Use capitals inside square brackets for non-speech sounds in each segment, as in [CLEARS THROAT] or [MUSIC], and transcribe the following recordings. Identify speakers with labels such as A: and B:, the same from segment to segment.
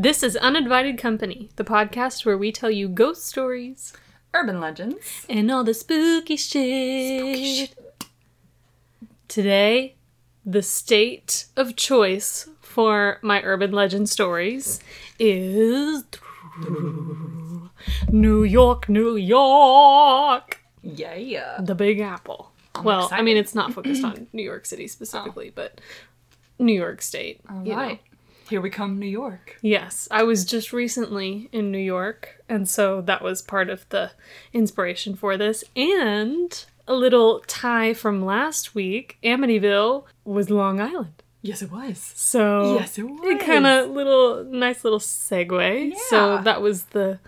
A: This is Uninvited Company, the podcast where we tell you ghost stories
B: Urban legends.
A: and all the spooky shit. Today, the state of choice for my urban legend stories is New York, New York,
B: Yeah, yeah.
A: the Big Apple. well, I mean,
B: excited. Oh.
A: it's not focused on New York City specifically, but New York State.
B: All
A: you know.
B: right. Here we come, New York.
A: Yes, I was just recently in New York, and so that was part of the inspiration for this. And a little tie from last week Amityville was Long Island.
B: Yes, it was.
A: So
B: Yes, it was.
A: it kind of little nice little segue. So
B: Yeah.
A: that was the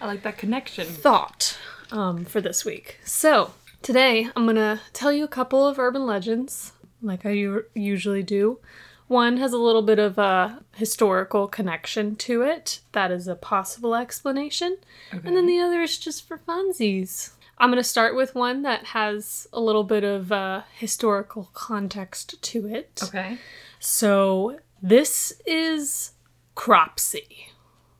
B: I like that connection.
A: thought um, for this week. So today I'm gonna tell you a couple of urban legends, like I u- usually do. One has a little bit of a historical connection to it. That is a possible explanation. And then the other is just for funsies. I'm going to start with one that has a little bit of uh, historical context to it.
B: Okay.
A: So, this is Cropsey.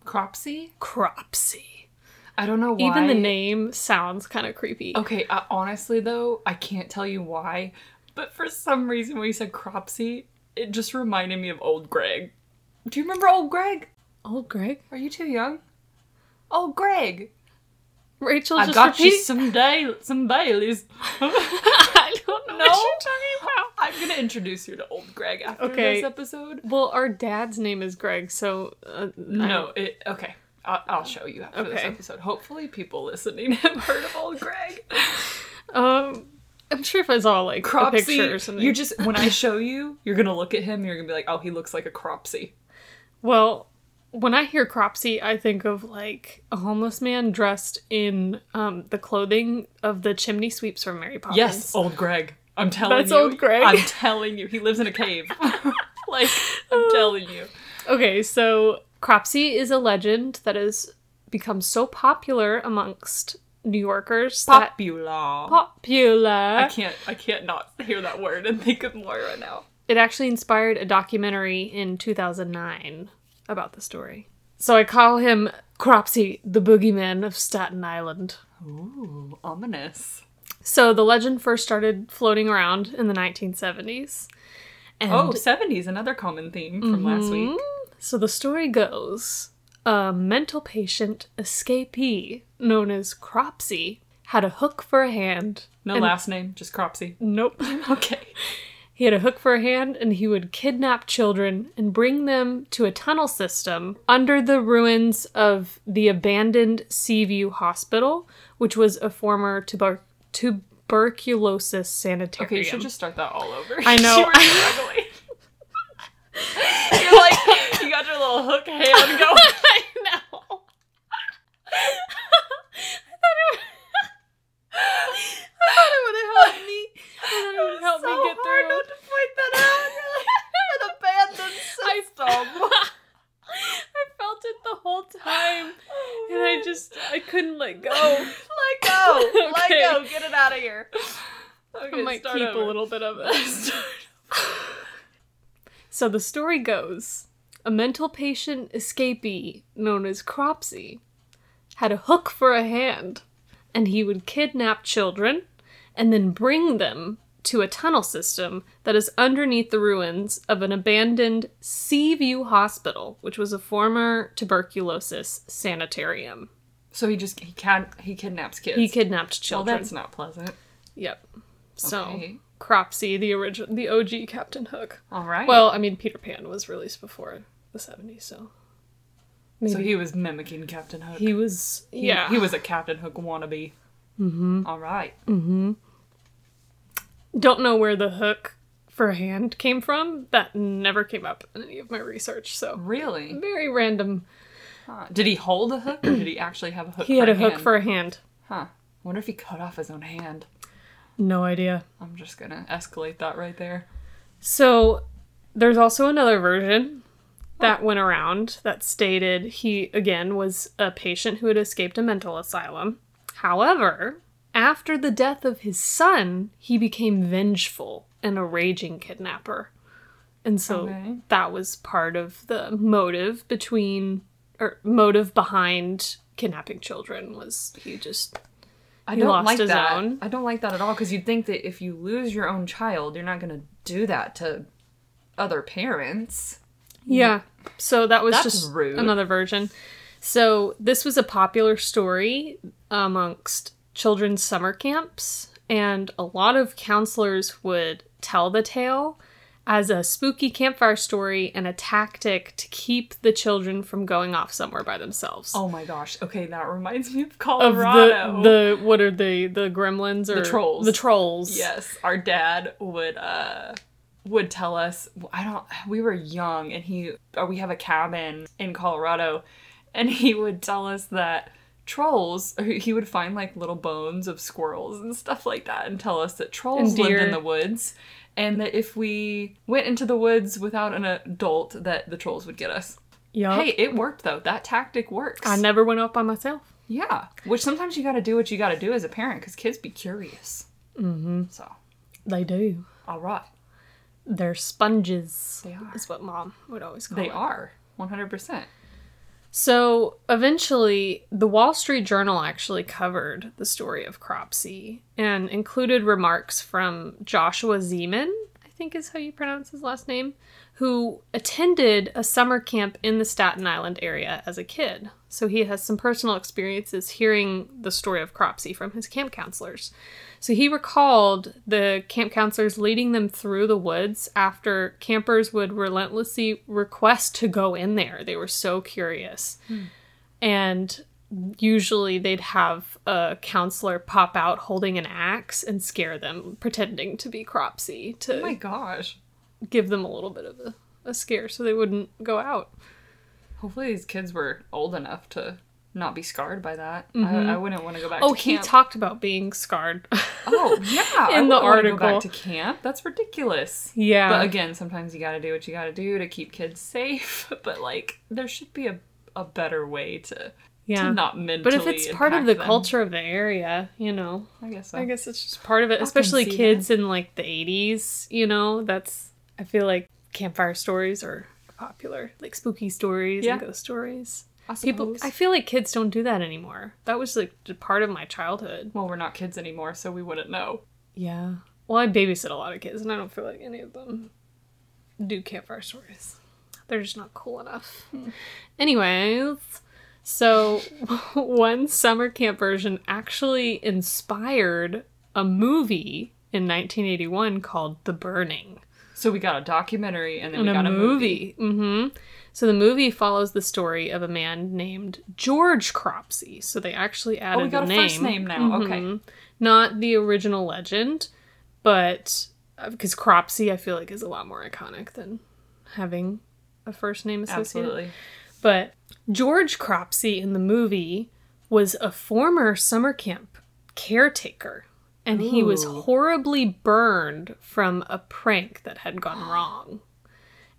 B: Cropsy?
A: Cropsey.
B: I don't know why.
A: Even the name sounds kind of creepy.
B: Okay, uh, honestly, though, I can't tell you why, but for some reason when you said Cropsy, it just reminded me of Old Greg. Do you remember Old Greg?
A: Oh, Greg.
B: Are you too young? Old Greg.
A: Rachel
B: I
A: just
B: got
A: repeat.
B: you some day, some [LAUGHS] Baileys.
A: [LAUGHS] I don't know
B: No?
A: what you're talking about.
B: I'm gonna introduce you to Old Greg after
A: Okay.
B: this episode.
A: Well, our dad's name is Greg, so uh,
B: No, it okay. I'll, I'll show you after this
A: Okay.
B: episode. Hopefully, people listening [LAUGHS] have heard of Old Greg.
A: Um, I'm sure if I saw like a picture or
B: Cropsy.
A: something.
B: You just when I show you, you're gonna look at him. and You're gonna be like, oh, he looks like a Cropsy.
A: Well, when I hear Cropsy, I think of like a homeless man dressed in um, the clothing of the chimney sweeps from Mary Poppins. [LAUGHS]
B: Yes, Old Greg. I'm telling
A: That's
B: you.
A: Old Greg.
B: I'm telling you. He lives in a cave. [LAUGHS] like, [LAUGHS] I'm telling you.
A: Okay, so Cropsy is a legend that has become so popular amongst New Yorkers that
B: Popular.
A: popular.
B: I can't. I can't not hear that word and think of more right now.
A: It actually inspired a documentary in 2009 about the story. So I call him Cropsy, the boogeyman of Staten Island.
B: Ooh, ominous.
A: So the legend first started floating around in the 1970s. And
B: Oh, 70s, another common theme from last
A: Mm-hmm.
B: week.
A: so the story goes a mental patient escapee known as Cropsy had a hook for a hand.
B: No
A: and-
B: last name, just Cropsy.
A: Nope. [LAUGHS]
B: Okay.
A: He had a hook for a hand and he would kidnap children and bring them to a tunnel system under the ruins of the abandoned Seaview Hospital, which was a former tuber- tuberculosis sanitarium.
B: Okay, you should just start that all over.
A: I know.
B: [LAUGHS] you were struggling. You're like, you got your little
A: [LAUGHS]
B: hook hand going.
A: [LAUGHS] I know. I thought it would [LAUGHS] help me. I thought [LAUGHS] it would help me get through.
B: to point that out. An abandoned
A: [LAUGHS]
B: [LAUGHS] system.
A: [LAUGHS] I felt it the whole [SIGHS] time, and I just I couldn't let go.
B: Oh, let go.
A: [LAUGHS]
B: Let
A: Okay.
B: go. Get it out of here. Okay,
A: I might
B: start
A: keep
B: over.
A: a little bit
B: [LAUGHS]
A: of it. so the story goes a mental patient escapee known as Cropsy had a hook for a hand, and he would kidnap children and then bring them to a tunnel system that is underneath the ruins of an abandoned Seaview Hospital, which was a former tuberculosis sanitarium.
B: So he just he can he kidnaps kids.
A: He kidnapped
B: well,
A: children.
B: that's not pleasant.
A: Yep. So
B: Okay.
A: Cropsy, the original, the OG Captain Hook.
B: All right.
A: Well, I mean, Peter Pan was released before the '70s, so maybe
B: so he was mimicking Captain Hook.
A: he, was.
B: He-
A: yeah,
B: He was a Captain Hook wannabe. Mm-hmm. All right.
A: don't know where the hook for hand came from. That never came up in any of my research. So
B: Really?
A: very random
B: Huh. Did he hold a hook or did he actually have a hook?
A: He
B: for
A: had a
B: hand?
A: hook for a hand.
B: Huh. Wonder if he cut off his own hand.
A: No idea.
B: I'm just gonna escalate that right there.
A: So there's also another version that went around that stated he, again, was a patient who had escaped a mental asylum. However, after the death of his son, he became vengeful and a raging kidnapper. And so
B: Okay.
A: that was part of the motive between, or motive behind kidnapping children was he just,
B: I
A: He
B: don't
A: lost
B: like
A: his
B: that.
A: own.
B: I don't like that at all because you'd think that if you lose your own child, you're not gonna do that to other parents.
A: yeah. So that was
B: That's
A: just
B: rude.
A: another version. So this was a popular story amongst children's summer camps, and a lot of counselors would tell the tale as a spooky campfire story and a tactic to keep the children from going off somewhere by themselves.
B: Oh my gosh. Okay, that reminds me of
A: of the,
B: Colorado.
A: the what are they the gremlins or the
B: trolls.
A: The trolls.
B: Yes, our dad would uh would tell us I don't we were young and he or we have a cabin in Colorado and he would tell us that trolls or he would find like little bones of squirrels and stuff like that and tell us that trolls
A: And
B: lived
A: deer.
B: in the woods and that if we went into the woods without an adult that the trolls would get us.
A: Yup.
B: Hey, it worked though. That tactic works.
A: I never went off by myself.
B: Yeah, which sometimes you got to do what you got to do as a parent because kids be curious. Mm-hmm. So,
A: They do.
B: all right,
A: They're sponges.
B: They are.
A: Is what mom would always call
B: they
A: it.
B: are one hundred percent.
A: So eventually, the Wall Street Journal actually covered the story of Cropsey and included remarks from Joshua Zeman, I think is how you pronounce his last name, who attended a summer camp in the Staten Island area as a kid. So he has some personal experiences hearing the story of Cropsey from his camp counselors. So he recalled the camp counselors leading them through the woods after campers would relentlessly request to go in there. They were so curious.
B: Hmm.
A: And usually they'd have a counselor pop out holding an axe and scare them, pretending to be Cropsey to
B: Oh my gosh!
A: give them a little bit of a, a scare so they wouldn't go out.
B: Hopefully these kids were old enough to not be scarred by that. I, I wouldn't want to go back.
A: Oh,
B: to
A: he
B: camp.
A: talked about being scarred.
B: Oh yeah,
A: [LAUGHS]
B: I
A: in the
B: wouldn't wanna Go
A: article.
B: back to camp. That's ridiculous.
A: [LAUGHS] yeah.
B: But again, sometimes you got to do what you got to do to keep kids safe. [LAUGHS] But like, there should be a a better way to
A: yeah.
B: to not mentally.
A: but if it's part of
B: impact
A: the
B: them.
A: culture of the area, you know,
B: I guess so.
A: I guess it's just part of it,
B: can
A: especially
B: see
A: kids in like the 80s, you know, that's I feel like campfire stories are popular, like spooky stories
B: Yeah.
A: and ghost stories.
B: I
A: People
B: suppose.
A: I feel like kids don't do that anymore. That was like a part of my childhood.
B: Well, we're not kids anymore, so we wouldn't know.
A: Yeah. Well, I babysit a lot of kids and I don't feel like any of them do campfire stories. They're just not cool enough.
B: Hmm.
A: Anyways, so [LAUGHS] one summer camp version actually inspired a movie in 1981 called The Burning.
B: So we got a documentary and then
A: And
B: we
A: a
B: got a movie.
A: movie. Mm-hmm. So the movie follows the story of a man named George Cropsey. So they actually added
B: Oh, we got
A: the
B: a
A: name.
B: first name now. Okay.
A: Mhm. Not the original legend, but because Cropsey, I feel like, is a lot more iconic than having a first name associated.
B: Absolutely.
A: But George Cropsey in the movie was a former summer camp caretaker, and he was
B: Ooh.
A: horribly burned from a prank that had gone wrong.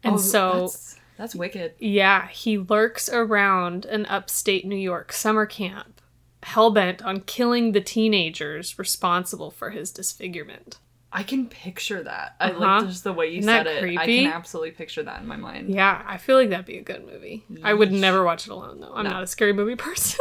A: And
B: Oh,
A: so.
B: that's, that's wicked.
A: Yeah, he lurks around an upstate New York summer camp, hellbent on killing the teenagers responsible for his disfigurement.
B: I can picture that. I
A: Uh-huh.
B: like just the way you
A: Isn't
B: said
A: that
B: it. I
A: creepy?
B: can absolutely picture that in my mind.
A: Yeah, I feel like that'd be a good movie. I would
B: Yeesh.
A: never watch it alone, though. I'm
B: No.
A: not a scary movie [LAUGHS] person.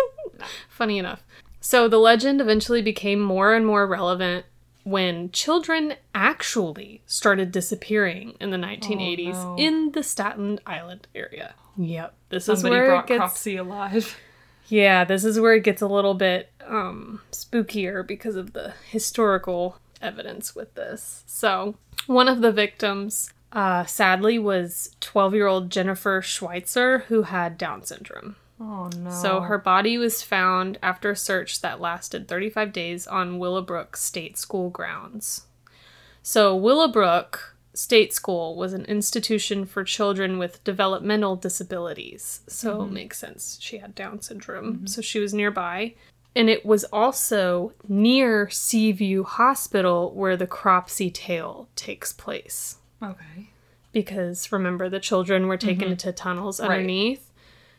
A: Funny enough. So the legend eventually became more and more relevant when children actually started disappearing in the 1980s
B: Oh, no.
A: in the Staten Island area. Yep. This
B: Somebody
A: is where
B: brought
A: it gets
B: Cropsey alive. [LAUGHS]
A: Yeah, this is where it gets a little bit um, spookier because of the historical evidence with this. So, one of the victims, uh, sadly, was 12 year old Jennifer Schweitzer, who had Down syndrome.
B: Oh no.
A: So, her body was found after a search that lasted 35 days on Willowbrook State School grounds. So, Willowbrook State School was an institution for children with developmental disabilities. So it makes sense. She had Down syndrome. So she was nearby. And it was also near Seaview Hospital where the Cropsey Tale takes place
B: Okay.
A: because remember the children were taken
B: Mm-hmm.
A: into tunnels underneath.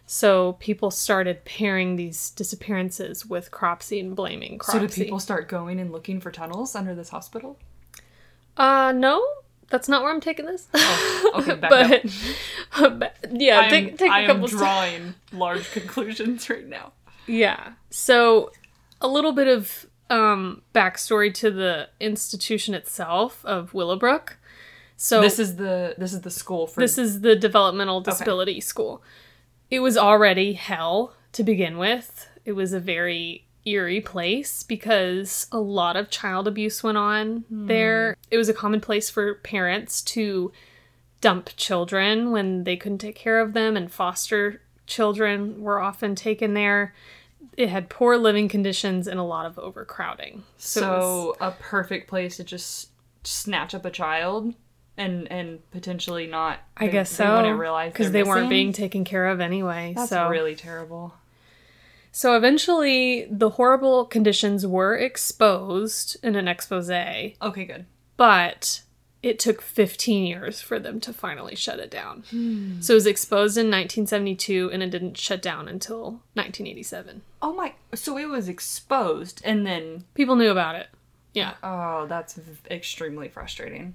A: So people started pairing these disappearances with Cropsey and blaming Cropsey.
B: So did people start going and looking for tunnels under this
A: [LAUGHS]
B: hospital?
A: Uh, no, that's not where I'm taking this.
B: [LAUGHS] Oh, okay, back up.
A: [LAUGHS] but, [LAUGHS] but- yeah,
B: I'm,
A: take, take
B: I
A: a
B: am
A: couple. steps.
B: drawing large [LAUGHS] conclusions right now.
A: Yeah. So a little bit of um, backstory to the institution itself of Willowbrook. So
B: This is the this is the school for
A: Oh. This is the developmental disability school. It was already hell to begin with. It was a very eerie place because a lot of child abuse went on
B: Hmm.
A: there. It was a common place for parents to dump children when they couldn't take care of them, and foster children were often taken there. It had poor living conditions and a lot of overcrowding. So,
B: so
A: it was-
B: a perfect place to just snatch up a child and and potentially not.
A: I
B: they-
A: guess
B: they
A: so.
B: wouldn't realize
A: because
B: they're
A: they weren't
B: missing.
A: being taken care of anyway.
B: That's
A: so
B: really terrible.
A: So eventually, the horrible conditions were exposed in an expose,
B: Okay, good.
A: but it took 15 years for them to finally shut it down. So it was exposed in 1972 and it didn't shut down until 1987.
B: Oh my! So it was exposed, and then
A: People knew about it. Yeah.
B: oh, that's v- extremely frustrating.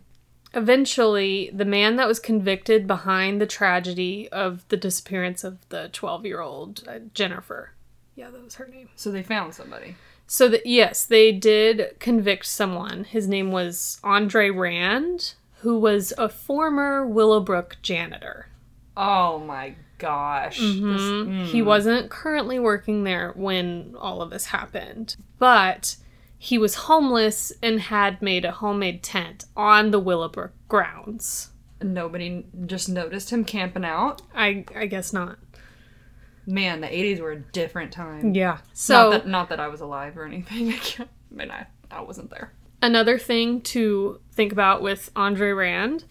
A: Eventually, the man that was convicted behind the tragedy of the disappearance of the 12 year old uh, Jennifer. Yeah, that was her name.
B: So they found somebody.
A: So that yes, they did convict someone. His name was Andre Rand, who was a former Willowbrook janitor.
B: Oh my gosh! This- Hmm.
A: Mhm. He wasn't currently working there when all of this happened, but he was homeless and had made a homemade tent on the Willowbrook grounds.
B: nobody n- just noticed him camping out.
A: I I guess not.
B: Man, the '80s were a different time.
A: Yeah. So
B: not that, not that I was alive or anything. [LAUGHS] I can't. I mean, I, I wasn't there.
A: another thing to think about with Andre Rand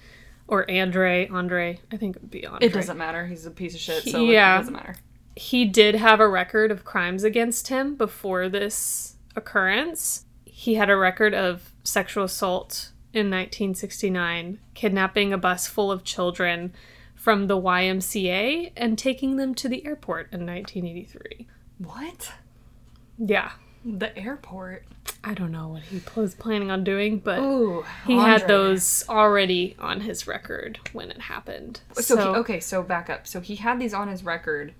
A: or Andre Andre, I think it would be Andre.
B: It doesn't matter. He's a piece of shit, so
A: Yeah.
B: it doesn't matter.
A: he did have a record of crimes against him before this occurrence. He had a record of sexual assault in 1969, kidnapping a bus full of children from the YMCA and taking them to the airport in 1983.
B: What?
A: Yeah,
B: The airport.
A: I don't know what he was planning on doing, but
B: Ooh,
A: he had
B: Andre.
A: those already on his record when it happened.
B: So, he, okay, so back up. So he had these on his record,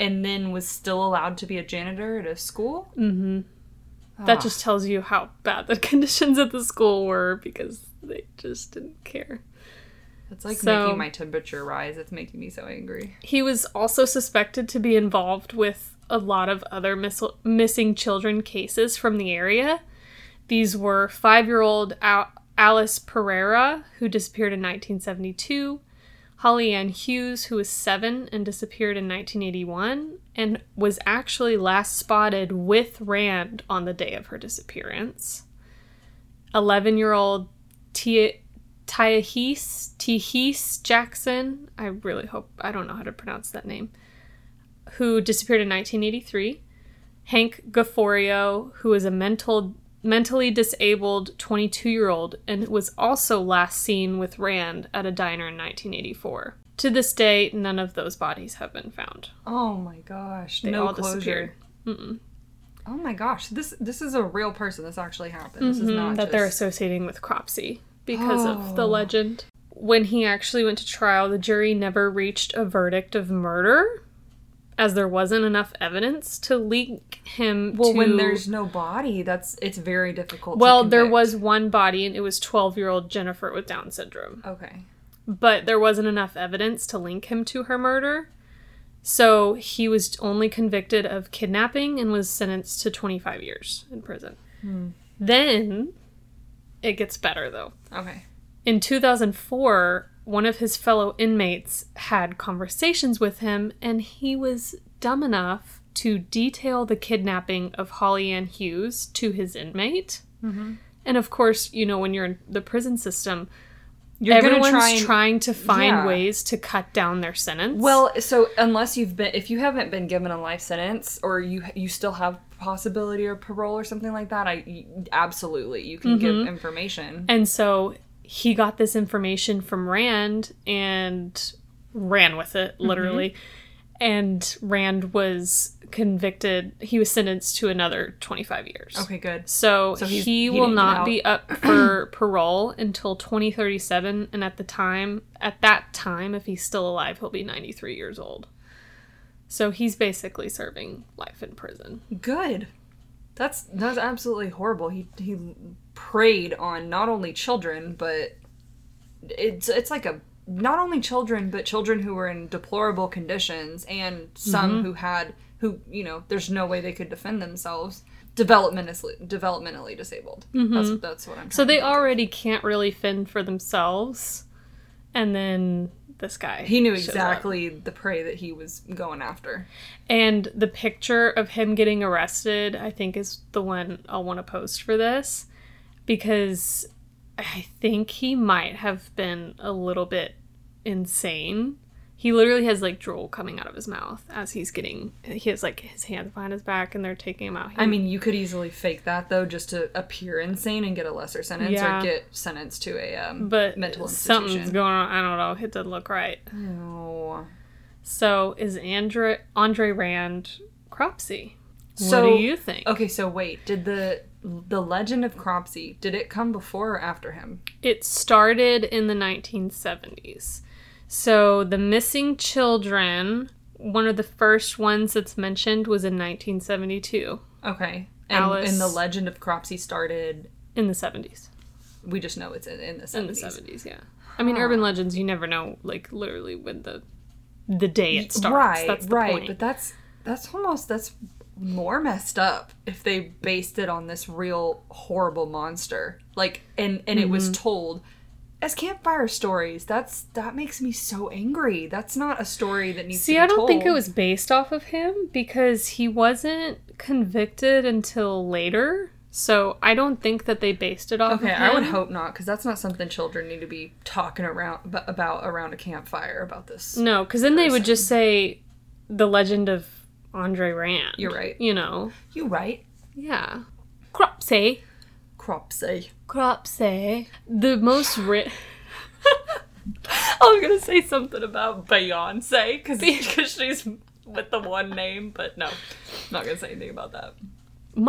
B: and then was still allowed to be a janitor at a school.
A: mhm.
B: Ah,
A: That just tells you how bad the [LAUGHS] conditions at the school were because they just didn't care.
B: it's like
A: so-
B: making my temperature rise. It's making me so angry.
A: He was also suspected to be involved with a lot of other mis- missing children cases from the area. These were five year old Al- Alice Pereira, who disappeared in 1972, Holly Ann Hughes, who was seven and disappeared in 1981, and was actually last spotted with Rand on the day of her disappearance. 11 year old Tia. Tyahis Tihis Jackson, I really hope I don't know how to pronounce that name, who disappeared in 1983. Hank Gaforio, who is a mental mentally disabled 22-year-old and was also last seen with Rand at a diner in 1984. To this day, none of those bodies have been found.
B: Oh my gosh!
A: They
B: no
A: all
B: closure.
A: disappeared.
B: Oh my gosh! This this is a real person. This actually happened. This is
A: Mhm,
B: not
A: that
B: just...
A: they're associating with Cropsey because of the
B: Oh.
A: legend. When he actually went to trial, the jury never reached a verdict of murder, as there wasn't enough evidence to link him
B: Well,
A: to.
B: when there's no body, that's it's very difficult. to
A: well, there
B: convict.
A: was one body, and it was 12 year old Jennifer with Down syndrome.
B: Okay.
A: But there wasn't enough evidence to link him to her murder. So he was only convicted of kidnapping and was sentenced to 25 years in prison.
B: Hmm.
A: Then it gets better, though.
B: Okay.
A: In 2004, one of his fellow inmates had conversations with him, and he was dumb enough to detail the kidnapping of Holly Ann
B: Mm-hmm.
A: Hughes to his inmate. And of course, you know, when you're in the prison system,
B: You're
A: Everyone's
B: gonna try and,
A: trying to find
B: Yeah.
A: ways to cut down their sentence.
B: Well, so unless you've been, if you haven't been given a life sentence, or you you still have possibility of parole or something like that, I absolutely you can give information.
A: and so he got this information from Rand and ran with it
B: Mm-hmm.
A: literally. And Rand was convicted. He was sentenced to another 25 years.
B: okay, good.
A: So,
B: So
A: he,
B: he's- he
A: will
B: didn't get
A: not
B: out.
A: be
B: [CLEARS THROAT]
A: up for parole until 2037 and at the time at that time if he's still alive he'll be 93 years old. So he's basically serving life in prison.
B: Good. That's that's absolutely horrible. He he preyed on not only children, but it's it's like a not only children, but children who were in deplorable conditions, and some who had who you know there's no way they could defend themselves. Developmentally developmentally disabled. That's that's what I'm.
A: So
B: trying
A: they
B: to think of.
A: already can't really fend for themselves. And then this guy.
B: He knew
A: shows up.
B: exactly the prey that he was going after.
A: And the picture of him getting arrested, I think, is the one I'll want to post for this because I think he might have been a little bit insane. He literally has like drool coming out of his mouth as he's getting, he has like his hands behind his back and they're taking him out.
B: I mean, you could easily fake that though, just to appear insane and get a lesser sentence,
A: Yeah.
B: or get sentenced to a um,
A: but
B: mental institution.
A: something's going on. I don't know. It doesn't look right.
B: No.
A: So is Andre, Andre Rand Cropsey?
B: So-
A: what do you think?
B: Okay, so wait, did the the legend of Cropsey did it come before or after him?
A: It started in the 1970s. So the missing children, one of the first ones that's mentioned was in 1972
B: Okay, and,
A: Alice-
B: and the legend of Cropsey started.
A: in the 70s.
B: We just know it's in, in the
A: In the
B: seventies.
A: 70s, yeah. I mean, urban legends, you never know like literally when the the day it starts.
B: Right,
A: that's the
B: right,
A: point.
B: but that's that's almost that's more messed up if they based it on this real horrible monster. Like and and it
A: Mm-hmm.
B: was told as campfire stories. That's that makes me so angry. That's not a story that needs
A: See,
B: to be
A: I don't think it
B: told.
A: was based off of him because he wasn't convicted until later. So I don't think that they based it off
B: Okay,
A: of him.
B: I would hope not, because that's not something children need to be talking around ab- about around a campfire about this.
A: No, because then they would just say the legend of Andre Rand.
B: You're right.
A: You know,
B: You right,
A: yeah. Cropsey.
B: Cropsey.
A: Cropsey. The most
B: [LAUGHS]
A: ri I was gonna say something about
B: Beyonce, because she's with the one name, but no, not gonna say anything about that.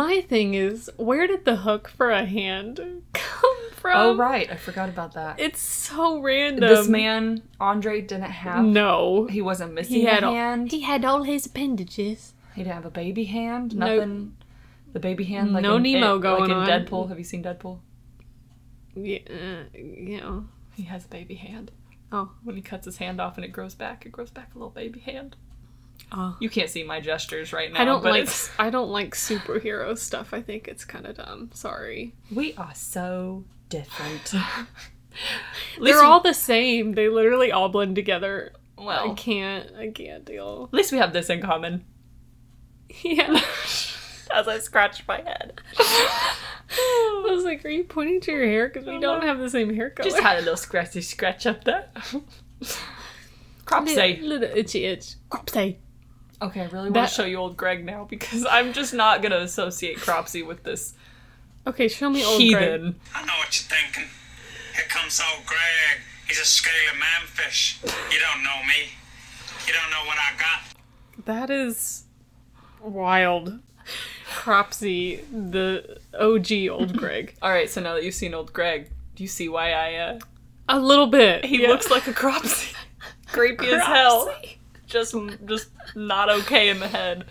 A: my thing is where did the hook for a hand come from?
B: Oh right, I forgot about that.
A: It's so random.
B: this man Andre didn't have.
A: No.
B: He wasn't missing
A: He had
B: a
A: all-
B: hand.
A: He had all his appendages.
B: He didn't have a baby hand.
A: No.
B: Nothing. The baby hand, like
A: No
B: in,
A: Nemo
B: it,
A: going
B: like in
A: on.
B: Deadpool. Have you seen Deadpool?
A: Yeah, uh, you know.
B: He has a baby hand.
A: Oh.
B: When he cuts his hand off and it grows back, it grows back a little baby hand.
A: Oh.
B: You can't see my gestures right now.
A: I don't
B: Um, but
A: like
B: [LAUGHS] it's-
A: I don't like superhero stuff. I think it's kind of dumb. Sorry.
B: We are so different. At least
A: They're all the same. They literally all blend together. I
B: [SIGHS] well.
A: can't. I can't deal. [LAUGHS]
B: At least we have this in common.
A: Yeah.
B: As I scratch my head,
A: I was like, "Are you pointing to your hair? Because we don't have the same hair color."
B: just
A: [LAUGHS]
B: had a little scratchy scratch up there. [LAUGHS] Crop
A: little, little itchy itch. Cropsey.
B: Okay, I really want
A: That-
B: to show you old Greg now because I'm just not gonna associate Cropsy with this
A: Okay, show me old Greg.
B: heathen.
C: I know what you're thinking. Here comes old Greg. He's a scaly manfish. You don't know me. You don't know what I got.
A: That is wild. Cropsy, the OG old
B: [LAUGHS]
A: Greg.
B: All right, so now that you've seen old Greg, do you see why I? uh
A: A little bit.
B: He
A: yeah.
B: looks like
A: [LAUGHS]
B: a Cropsy, creepy as hell. Just, just not okay in the head.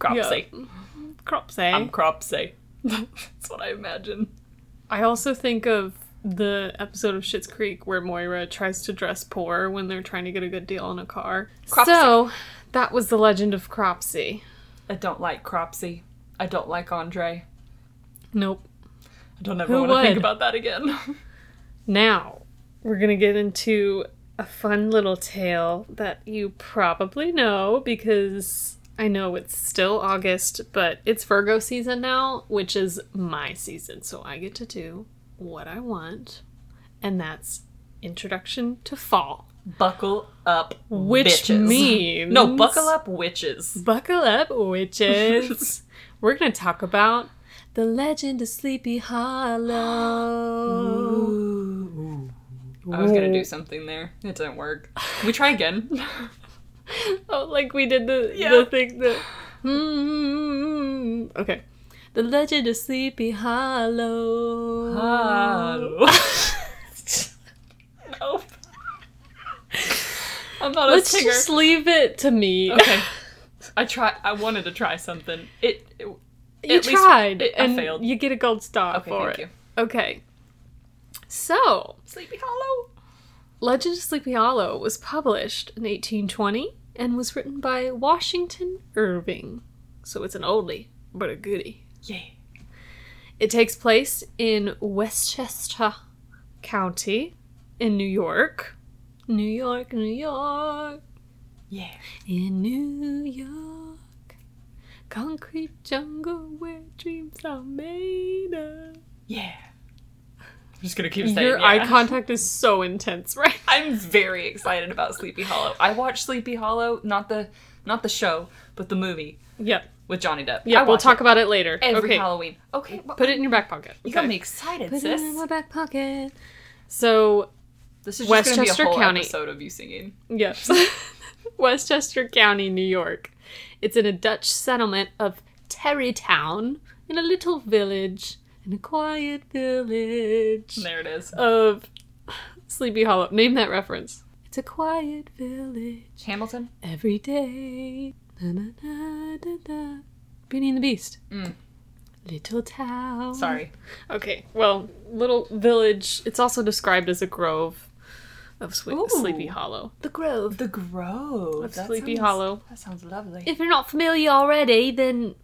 B: Cropsy,
A: Cropsey.
B: I'm Cropsy. [LAUGHS] That's what I imagine.
A: I also think of the episode of Schitt's Creek where Moira tries to dress poor when they're trying to get a good deal on a car.
B: Cropsey.
A: So that was the legend of Cropsey.
B: I don't like Cropsy. I don't like Andre.
A: Nope.
B: I don't ever
A: Who
B: want to think
A: would?
B: about that again. [LAUGHS]
A: Now we're gonna get into a fun little tale that you probably know because I know it's still August, but it's Virgo season now, which is my season, so I get to do what I want, and that's Introduction to Fall,
B: Buckle up,
A: which
B: bitches.
A: means
B: No, buckle up, witches.
A: Buckle up,
B: [LAUGHS]
A: witches. We're going to talk about the legend of Sleepy Hollow.
B: I was gonna do something there. It didn't work. Can we try again.
A: [GASPS]
B: [LAUGHS]
A: Oh, like we did the,
B: Yeah.
A: the thing
B: [SIGHS]
A: that. Hmm. Okay. The legend of Sleepy Hollow. [LAUGHS]
B: Hello. nope. I'm not
A: Let's
B: a
A: [LAUGHS]
B: singer.
A: just leave it to me.
B: Okay. I try. I wanted to try something. It.
A: [LAUGHS]
B: it
A: you
B: at least
A: tried
B: it- I
A: and
B: failed.
A: you get a gold star
B: okay.
A: for
B: thank
A: it.
B: you.
A: Okay. So,
B: Sleepy Hollow.
A: Legend of Sleepy Hollow was published in 1820 and was written by Washington Irving. So it's an oldie, but a goodie.
B: Yeah.
A: It takes place in Westchester County in New York. New York, New York,
B: Yeah.
A: in New York. Concrete jungle where dreams are made of.
B: Yeah. I'm just gonna keep saying.
A: Your
B: yeah.
A: eye contact is so intense, right?
B: [LAUGHS] I'm very excited about Sleepy Hollow. I watched Sleepy Hollow, not the not the show, but the movie
A: Yep.
B: with Johnny Depp. I
A: Yeah, we'll
B: watch
A: talk
B: it
A: about it later.
B: every
A: okay.
B: Halloween. Okay, well,
A: Put it in your back pocket.
B: you got
A: Okay.
B: me excited,
A: Put
B: sis.
A: it in my back pocket. So,
B: This is just going to be
A: Westchester
B: a whole
A: County.
B: episode of you singing.
A: yes. [LAUGHS] Westchester County, New York. It's in a Dutch settlement of Terrytown, in a little village, in a quiet village
B: There it is.
A: of Sleepy Hollow. Name that reference. It's a quiet village
B: Hamilton.
A: every day. Na, na, na, na, na. Beauty and the Beast.
B: Mm.
A: Little town.
B: Sorry.
A: Okay, well, little village. It's also described as a grove of Swe-
B: Ooh.
A: Sleepy Hollow. The grove.
B: The Grove.
A: Of Sleepy Hollow.
B: That sounds lovely.
A: If you're not familiar already, then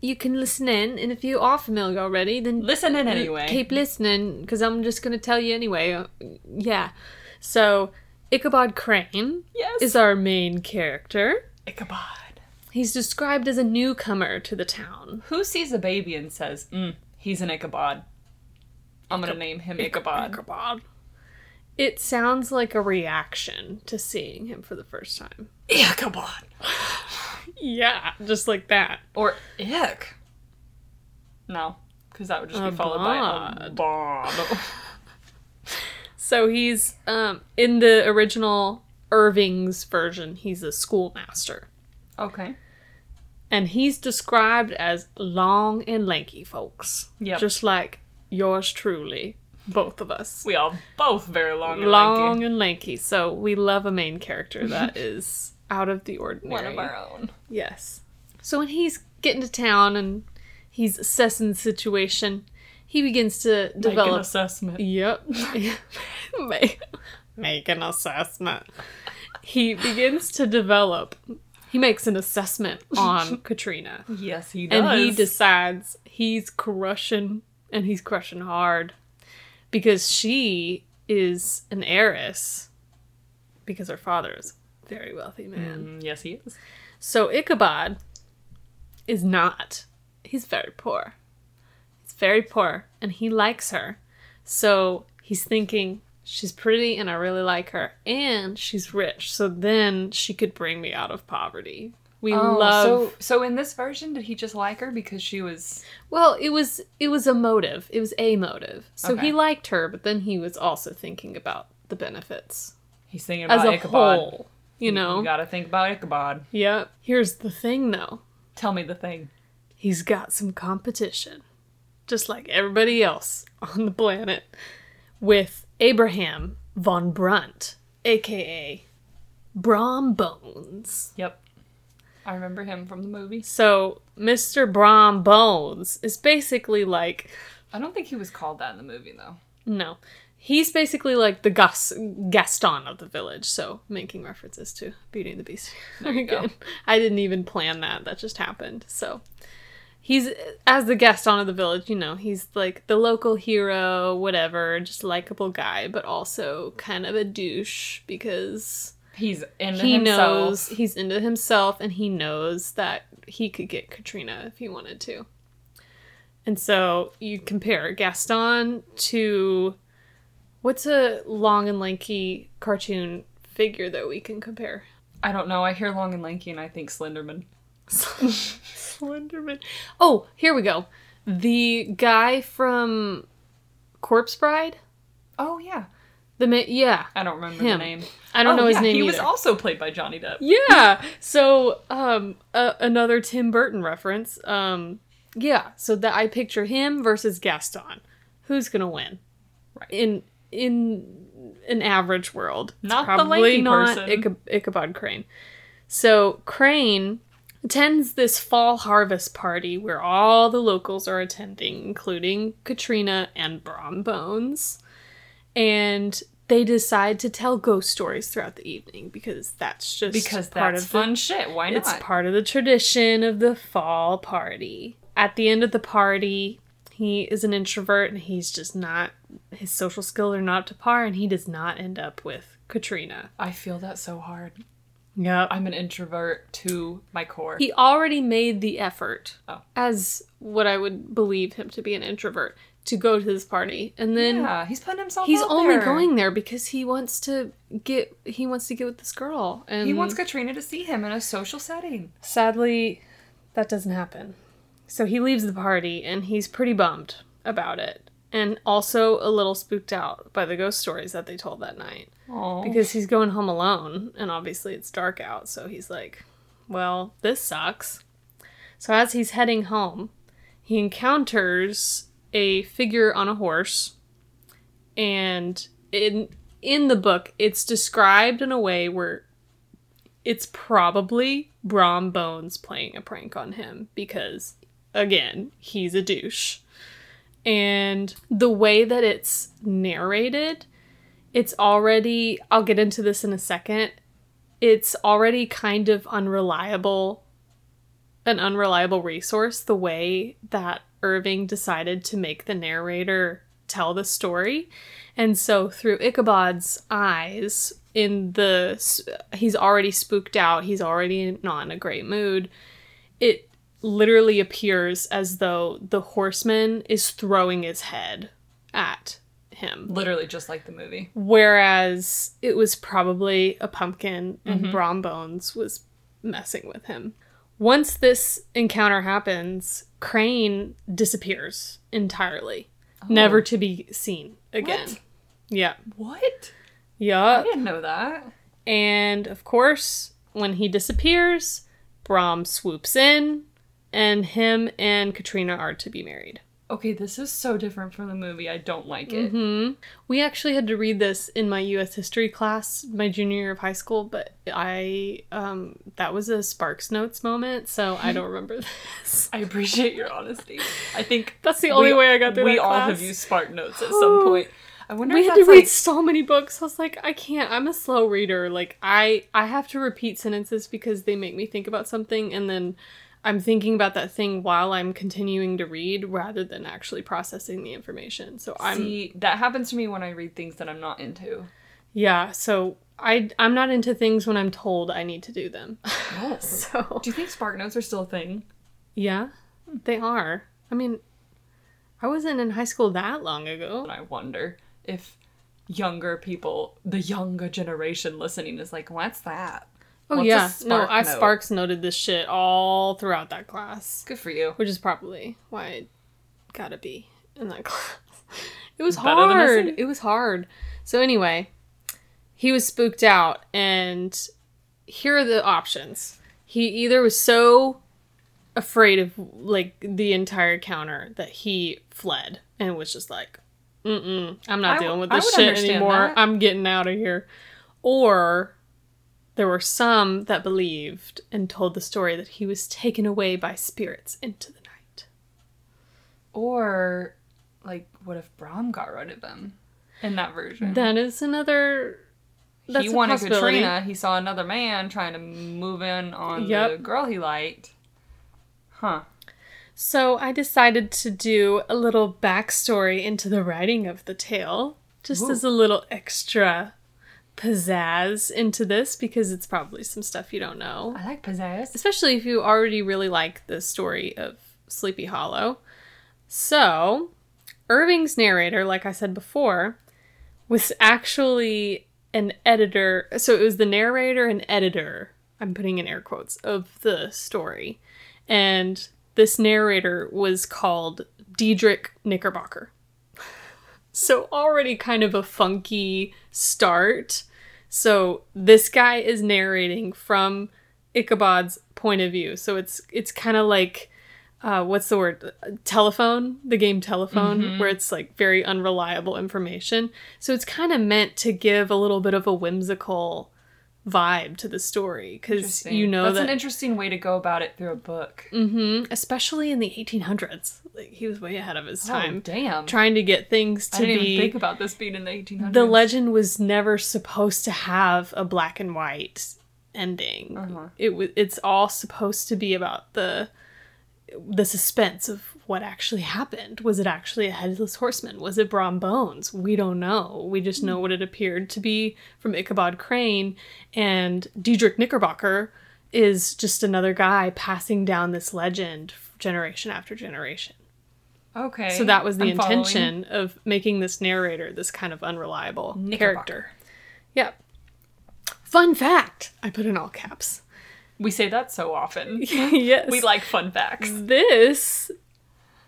A: you can listen in, and if you are familiar already, then
B: Listen in anyway.
A: Keep listening, because I'm just going to tell you anyway. Uh, Yeah. So, Ichabod Crane
B: yes.
A: is our main character.
B: Ichabod.
A: He's described as a newcomer to the town.
B: Who sees a baby and says, mm, he's an Ichabod? I'm going to name him Ichabod.
A: Ichabod. It sounds like a reaction to seeing him for the first time.
B: Ichabod.
A: Yeah, just like that.
B: Or Ick. No, because that would just be followed by a Bob. [LAUGHS]
A: So he's um in the original Irving's version, he's a schoolmaster.
B: okay.
A: And he's described as long and lanky folks.
B: Yep.
A: Just like yours truly, both of us.
B: We are both very long and
A: long
B: lanky.
A: and lanky. So we love a main character
B: [LAUGHS]
A: that is out of the ordinary.
B: One of our own.
A: Yes. So when he's getting to town and he's assessing the situation, he begins to
B: Make an
A: develop
B: assessment.
A: Yep. make, make an assessment. He begins to develop. He makes an assessment [LAUGHS] on Katrina.
B: Yes, he does.
A: And he decides he's crushing, and he's crushing hard because she is an heiress because her father is a very wealthy man.
B: Mm, yes, he is.
A: So Ichabod is not. He's very poor. He's very poor, and he likes her. So he's thinking, she's pretty, and I really like her, and she's rich. So then she could bring me out of poverty. We love.
B: Oh, So, so in this version, did he just like her because she was?
A: Well, it was it was a motive. It was a motive. So
B: Okay.
A: he liked her, but then he was also thinking about the benefits
B: He's thinking
A: as
B: about
A: a
B: Ah, Ichabod.
A: whole. You
B: You
A: know.
B: gotta think about Ichabod.
A: yep. Here's the thing, though.
B: Tell me the thing.
A: he's got some competition, just like everybody else on the planet, with Abraham von Brunt, aka Brom Bones.
B: Yep. I remember him from the movie.
A: So, Mr. Brom Bones is basically like,
B: I don't think he was called that in the movie though.
A: no, he's basically like the Gas- Gaston of the village. So, making references to Beauty and the Beast. [LAUGHS]
B: go.
A: Again, I didn't even plan that, that just happened. So, he's as the Gaston of the village, you know, he's like the local hero, whatever, just likable guy, but also kind of a douche because
B: He's in
A: he
B: himself.
A: knows he's into himself and he knows that he could get Katrina if he wanted to. And so you compare Gaston to What's a long and lanky cartoon figure that we can compare? [LAUGHS]
B: I don't know. I hear long and lanky and I think Slenderman.
A: Slenderman. Oh, here we go. The guy from Corpse Bride.
B: Oh, yeah.
A: The ma- yeah,
B: I don't remember
A: Him.
B: the name.
A: I don't
B: Oh,
A: know his
B: yeah,
A: name
B: He
A: either.
B: was also played by Johnny Depp.
A: yeah. So um, uh, another Tim Burton reference. Um, yeah. So that I picture him versus Gaston. Who's gonna win?
B: Right.
A: In in an average world, It's
B: Not the lanky person.
A: Icha- Ichabod Crane. So Crane attends this fall harvest party where all the locals are attending, including Katrina and Brom Bones. And they decide to tell ghost stories throughout the evening because that's just
B: Because
A: part
B: that's
A: of
B: fun shit. Why
A: The, it's
B: not?
A: part of the tradition of the fall party. At the end of the party, he is an introvert and he's just not his social skills are not up to par and he does not end up with Katrina.
B: I feel that so hard.
A: Yep.
B: I'm an introvert to my core.
A: he already made the effort
B: Oh.
A: as what I would believe him to be an introvert to go to this party, and then
B: yeah, he's putting himself.
A: he's
B: out
A: only
B: there.
A: going there because he wants to get he wants to get with this girl, and
B: He wants Katrina to see him in a social setting.
A: sadly that doesn't happen. So he leaves the party, and he's pretty bummed about it, and also a little spooked out by the ghost stories that they told that night
B: Oh,
A: because he's going home alone and obviously it's dark out so he's like well this sucks so as he's heading home he encounters a figure on a horse and in in the book it's described in a way where it's probably Brom Bones playing a prank on him because again he's a douche and the way that it's narrated it's already I'll get into this in a second. It's already kind of unreliable an unreliable resource the way that Irving decided to make the narrator tell the story. And so through Ichabod's eyes in the s- he's already spooked out, he's already not in a great mood. It literally appears as though the horseman is throwing his head at him
B: literally just like the movie.
A: whereas it was probably a pumpkin and Brom Bones was messing with him. Once this encounter happens, Crane disappears entirely, never to be seen again.
B: What?
A: Yeah.
B: What? I
A: Yeah.
B: didn't know that.
A: And of course, when he disappears, Brom swoops in and him and Katrina are to be married.
B: Okay, this is so different from the movie. I don't like it.
A: hmm We actually had to read this in my U.S. history class, my junior year of high school, but I um, that was a Sparks Notes moment, so I don't remember [LAUGHS] this.
B: I appreciate your honesty. I think
A: [LAUGHS] That's the only
B: we-
A: way I got through
B: We
A: that
B: all
A: class.
B: have used Spark Notes at
A: [GASPS]
B: some point. I wonder
A: we
B: if
A: had
B: that's
A: to read
B: like
A: so many books. I was like, I can't. I'm a slow reader. Like I, I have to repeat sentences because they make me think about something, and then I'm thinking about that thing while I'm continuing to read, rather than actually processing the information. So I'm
B: See, that happens to me when I read things that I'm not into.
A: Yeah, so I I'm not into things when I'm told I need to do them. [LAUGHS]
B: Oh. [LAUGHS]
A: so
B: Do you think Spark Notes are still a thing?
A: yeah, they are. I mean, I wasn't in high school that long ago.
B: And I wonder if younger people, the younger generation listening, is like, what's that?
A: Oh
B: What's a
A: yeah, no,
B: spark
A: I
B: note?
A: sparks noted this shit all throughout that class,
B: Good for you.
A: which is probably why I gotta be in that [LAUGHS] class. It was
B: Better than
A: hard.
B: missing.
A: It was hard. So anyway, he was spooked out, and here are the options. He either was so afraid of like the entire counter that he fled and was just like, "Mm-mm, I'm not
B: I w-
A: dealing with
B: I
A: this
B: would
A: shit
B: understand
A: anymore.
B: that.
A: I'm getting out of here." Or there were some that believed and told the story that he was taken away by spirits into the night.
B: Or, like, what if Brom got rid of him in that version?
A: That is another. That's
B: he
A: a
B: wanted
A: possibility.
B: Katrina. He saw another man trying to move in on the
A: Yep.
B: girl he liked. Huh.
A: So I decided to do a little backstory into the writing of the tale, just
B: Ooh.
A: as a little extra pizzazz into this, because it's probably some stuff you don't know.
B: I like pizzazz.
A: especially if you already really like the story of Sleepy Hollow. So, Irving's narrator, like I said before, was actually an editor. So it was the narrator and editor, I'm putting in air quotes, of the story. And this narrator was called Diedrich Knickerbocker. So already kind of a funky start. So this guy is narrating from Ichabod's point of view. So it's it's kind of like uh, what's the word? Telephone, the game telephone,
B: Mm-hmm.
A: where it's like very unreliable information. So it's kind of meant to give a little bit of a whimsical vibe to the story because
B: Interesting.
A: you know
B: that's
A: that
B: an interesting way to go about it through a book.
A: hmm especially in the 1800s, like he was way ahead of his
B: Oh,
A: time,
B: damn.
A: trying to get things
B: I
A: to
B: didn't even
A: be
B: think about this being in the 1800s.
A: the legend was never supposed to have a black and white ending.
B: Uh-huh.
A: It was it's all supposed to be about the the suspense of what actually happened. Was it actually a headless horseman? Was it Brom Bones? We don't know. We just know what it appeared to be from Ichabod Crane and Diedrich Knickerbocker is just another guy passing down this legend generation after generation.
B: Okay.
A: So that was the
B: I'm following.
A: intention of making this narrator this kind of unreliable character.
B: Knickerbocker.
A: Yep. Fun fact. I put in all [LAUGHS] caps.
B: We say that so often.
A: [LAUGHS] yes. Mm.
B: We like fun facts.
A: this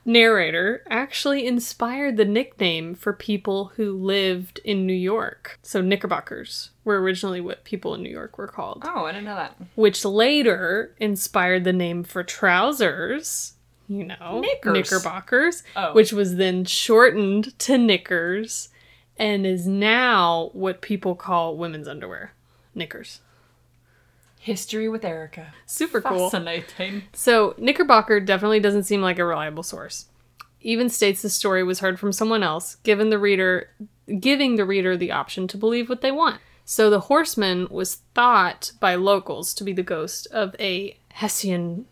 A: narrator actually inspired the nickname for people who lived in New York. So Knickerbockers were originally what people in New York were called,
B: Oh, I didn't know that.
A: which later inspired the name for trousers. You know,
B: Knickers.
A: knickerbockers,
B: Oh.
A: which was then shortened to knickers, and is now what people call women's underwear, knickers.
B: History with Erica.
A: Super cool.
B: Fascinating.
A: So, Knickerbocker definitely doesn't seem like a reliable source. Even states the story was heard from someone else, given the reader giving the reader the option to believe what they want. So the horseman was thought by locals to be the ghost of a Hessian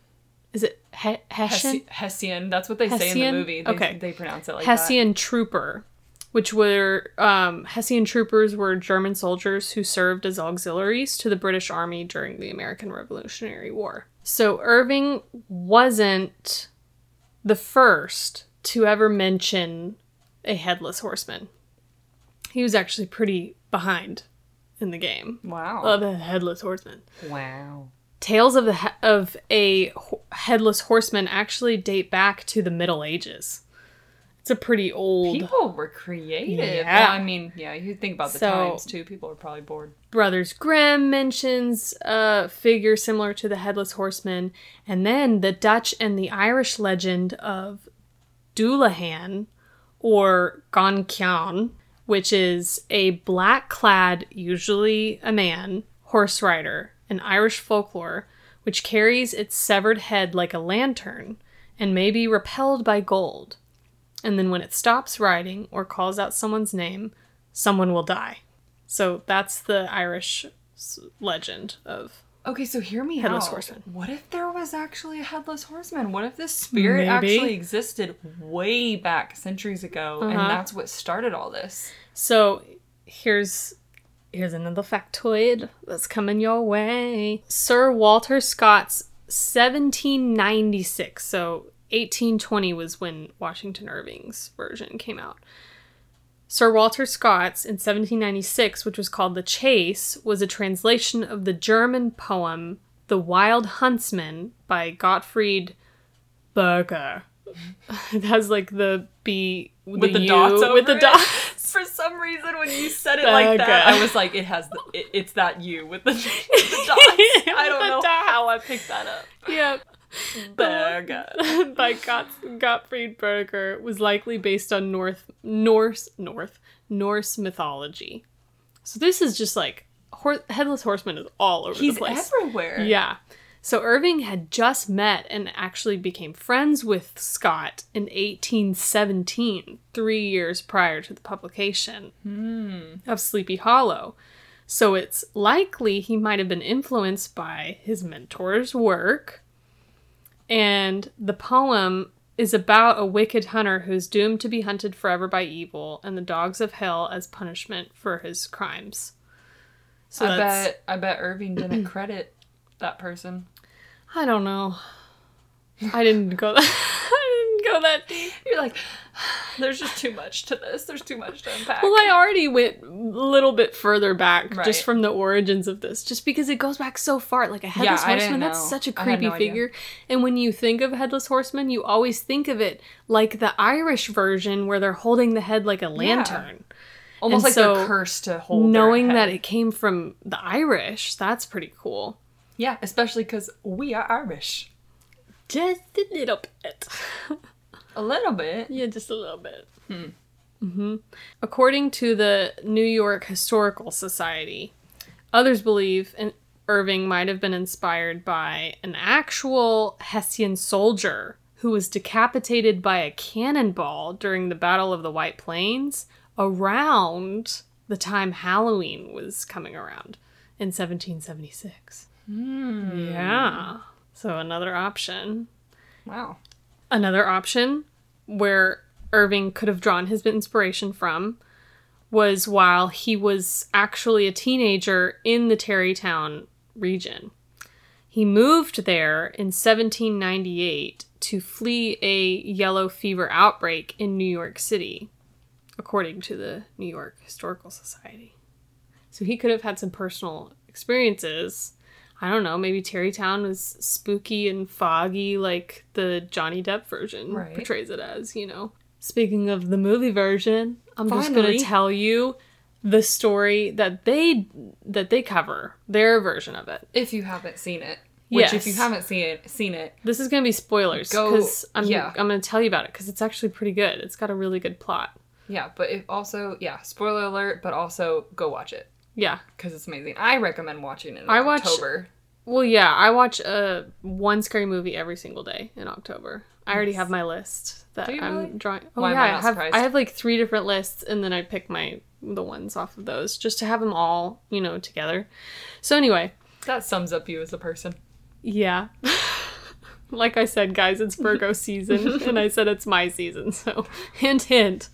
A: is it he- Hessian?
B: Hessi- Hessian. That's what they say in
A: Hessian?
B: the movie. They,
A: Okay.
B: They pronounce it like that.
A: Hessian trooper, which were um, Hessian troopers were German soldiers who served as auxiliaries to the British Army during the American Revolutionary War. So Irving wasn't the first to ever mention a headless horseman. He was actually pretty behind in the game
B: Wow.
A: of a headless horseman.
B: wow.
A: Tales of the he- of a ho- headless horseman actually date back to the Middle Ages. It's a pretty old
B: People were creative.
A: Yeah.
B: Well, I mean, yeah, you think about the
A: So-
B: times too. People are probably bored.
A: Brothers Grimm mentions a figure similar to the headless horseman, and then the Dutch and the Irish legend of Doulahan or Gonkian, which is a black clad, usually a man, horse rider in Irish folklore, which carries its severed head like a lantern and may be repelled by gold. And then when it stops riding or calls out someone's name, someone will die. So that's the Irish s- legend of.
B: Okay, so hear me
A: Headless
B: out.
A: horseman.
B: What if there was actually a headless horseman? What if this spirit
A: Maybe.
B: actually existed way back centuries ago, and
A: Uh-huh.
B: that's what started all this?
A: So here's here's another factoid that's coming your way. Sir Walter Scott's 1796. So 1820 was when Washington Irving's version came out. Sir Walter Scott's in 1796, which was called The Chase, was a translation of the German poem The Wild Huntsman by Gottfried Berger. [LAUGHS] It has like the B
B: With the dots
A: with the
B: over it?
A: dots.
B: [LAUGHS] For some reason, when you said it like that,
A: Becca.
B: I was like, it has, the, it, it's that you with the, [LAUGHS] with the dots.
A: [LAUGHS]
B: I
A: With the
B: don't know
A: dots. [LAUGHS]
B: how I picked that up. [LAUGHS]
A: Yep.
B: Burger.
A: [LAUGHS] by Gott- Gottfried Berger was likely based on North Norse North Norse mythology. So this is just like hor- headless horseman is all over
B: He's
A: the place.
B: everywhere.
A: Yeah. So Irving had just met and actually became friends with Scott in 1817, three years prior to the publication
B: Hmm.
A: of Sleepy Hollow. So it's likely he might have been influenced by his mentor's work. And the poem is about a wicked hunter who's doomed to be hunted forever by evil and the dogs of hell as punishment for his crimes. So
B: I
A: that's-
B: bet I bet
A: [CLEARS THROAT]
B: Irving didn't credit that person.
A: I don't know. [LAUGHS] I didn't go. I didn't go that deep.
B: You're like, [SIGHS] There's just too much to this. There's too much to unpack.
A: Well, I already went a little bit further back
B: Right.
A: just from the origins of this, just because it goes back so far. Like a
B: Yeah,
A: headless
B: I didn't
A: horseman, that's
B: know.
A: such a
B: I had
A: creepy
B: no idea.
A: figure. And when you think of headless horseman, you always think of it like the Irish version where they're holding the head like a lantern. and
B: Almost like
A: so
B: they're cursed to hold. their
A: Knowing
B: head.
A: that it came from the Irish, that's pretty cool.
B: Yeah, especially because we are Irish.
A: Just a little bit. [LAUGHS]
B: A little bit.
A: yeah, just a little bit. hmm According to the New York Historical Society, others believe in Irving might have been inspired by an actual Hessian soldier who was decapitated by a cannonball during the Battle of the White Plains around the time Halloween was coming around in 1776. Hmm. Yeah. So another option
B: Wow.
A: another option where Irving could have drawn his inspiration from was while he was actually a teenager in the Tarrytown region. He moved there in 1798 to flee a yellow fever outbreak in New York City, according to the New York Historical Society. So he could have had some personal experiences I don't know, maybe Terrytown was spooky and foggy like the Johnny Depp version
B: Right.
A: portrays it as, you know. Speaking of the movie version, I'm just going
B: Finally.
A: to tell you the story that they that they cover, their version of it.
B: If you haven't seen it. Which if you
A: Yes.
B: haven't seen it seen it,
A: This is going to be spoilers
B: Go-
A: cuz I'm
B: yeah.
A: I'm going to tell you about it cuz it's actually pretty good. It's got a really good plot.
B: yeah, but if also yeah, spoiler alert, but also go watch it.
A: Yeah.
B: Because it's amazing. I recommend watching it in
A: I watch-
B: October.
A: Well, yeah, I watch uh, one scary movie every single day in October. I already have my list that
B: Do you
A: I'm
B: really?
A: drawing. Oh
B: Why am
A: yeah,
B: I
A: I,
B: not
A: have
B: surprised?
A: I have like three different lists, and then I pick my the ones off of those just to have them all you know together. So anyway,
B: That sums up you as a person.
A: yeah. [LAUGHS] like I said, guys, it's Virgo season, and I said it's my season. So [LAUGHS] hint, hint.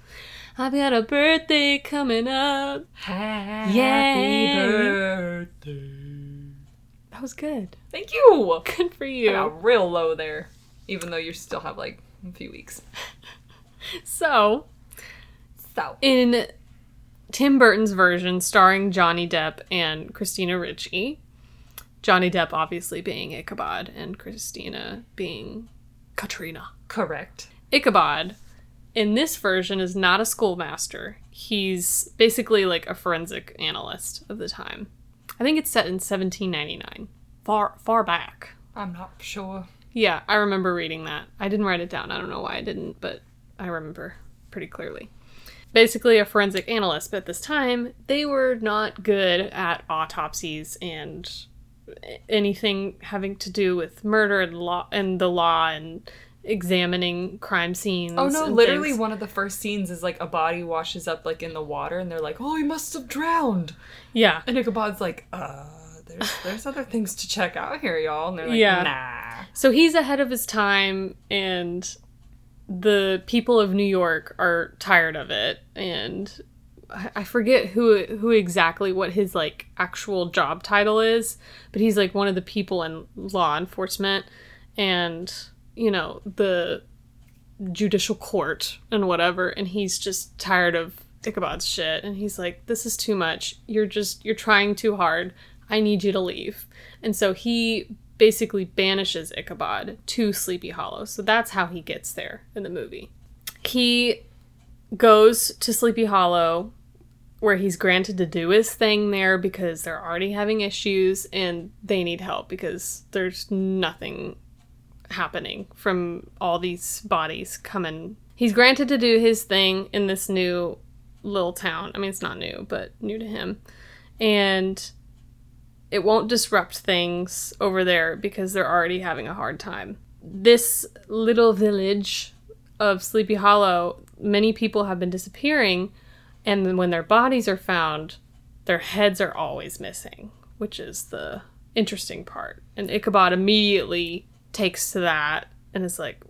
A: I've got a birthday coming up.
B: Happy
A: Yay.
B: birthday.
A: That was good. [LAUGHS]
B: Thank you.
A: Good for
B: I
A: you.
B: got real low there, even though you still have like a few weeks.
A: So
B: So
A: in Tim Burton's version, starring Johnny Depp and Christina Ricci. Johnny Depp obviously being Ichabod and Christina being Katrina.
B: correct.
A: Ichabod in this version is not a schoolmaster. He's basically like a forensic analyst of the time. I think it's set in 1799. Far far back.
B: I'm not sure.
A: Yeah, I remember reading that. I didn't write it down. I don't know why I didn't, but I remember pretty clearly. Basically, a forensic analyst, but at this time, they were not good at autopsies and anything having to do with murder and law and the law and examining crime scenes.
B: Oh no!
A: and
B: Literally,
A: things.
B: one of the first scenes is like a body washes up like in the water, and they're like, "Oh, he must have drowned."
A: yeah,
B: And Ichabod's like, "Uh, there's there's other things to check out here, y'all." And they're like,
A: Yeah.
B: "Nah."
A: So he's ahead of his time, and the people of New York are tired of it. And I I forget who who exactly what his like actual job title is, but he's like one of the people in law enforcement, and you know the judicial court and whatever. And he's just tired of Ichabod's shit, and he's like, "This is too much. You're just you're trying too hard. I need you to leave." And so he basically banishes Ichabod to Sleepy Hollow. So that's how he gets there in the movie. He goes to Sleepy Hollow where he's granted to do his thing there because they're already having issues and they need help because there's nothing happening from all these bodies coming. He's granted to do his thing in this new little town. I mean, it's not new, but new to him. And it won't disrupt things over there because they're already having a hard time. This little village of Sleepy Hollow, many people have been disappearing, and then when their bodies are found, their heads are always missing, which is the interesting part. And Ichabod immediately takes to that and is like,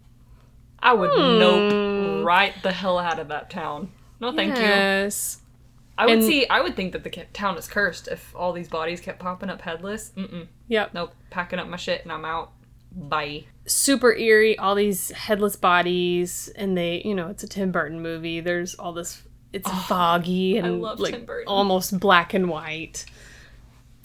B: I would
A: Hmm.
B: nope right the hell out of that town. No, thank you.
A: yes.
B: I would
A: And-
B: see. I would think that the ca- town is cursed if all these bodies kept popping up headless. Mm-mm.
A: Yep.
B: Nope. Packing up my shit and I'm out. Bye.
A: super eerie all these headless bodies and they you know it's a tim burton movie there's all this it's foggy and
B: love
A: like
B: Tim Burton.
A: almost black and white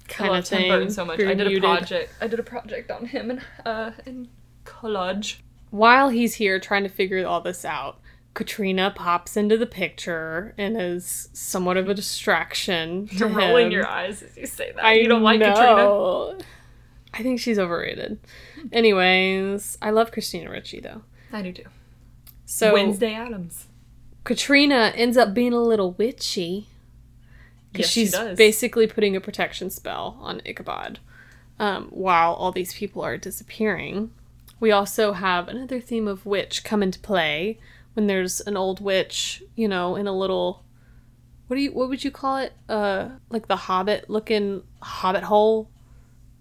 A: kind
B: I
A: of
B: love
A: thing
B: Tim Burton so much.
A: Very
B: I did
A: muted.
B: a project. I did a project on him and uh in college.
A: while he's here trying to figure all this out katrina pops into the picture and is somewhat of a
B: [LAUGHS]
A: distraction to
B: You're rolling
A: him.
B: your eyes as you say that.
A: I
B: you don't like Katrina.
A: know. i think she's overrated anyways i love christina ritchie though
B: I do too.
A: so
B: Wednesday Adams.
A: Katrina ends up being a little witchy. 'cause
B: Yes, she
A: she's
B: does.
A: basically putting a protection spell on Ichabod um, while all these people are disappearing. We also have another theme of witch come into play when there's an old witch, you know, in a little what do you what would you call it? Uh like the hobbit looking hobbit hole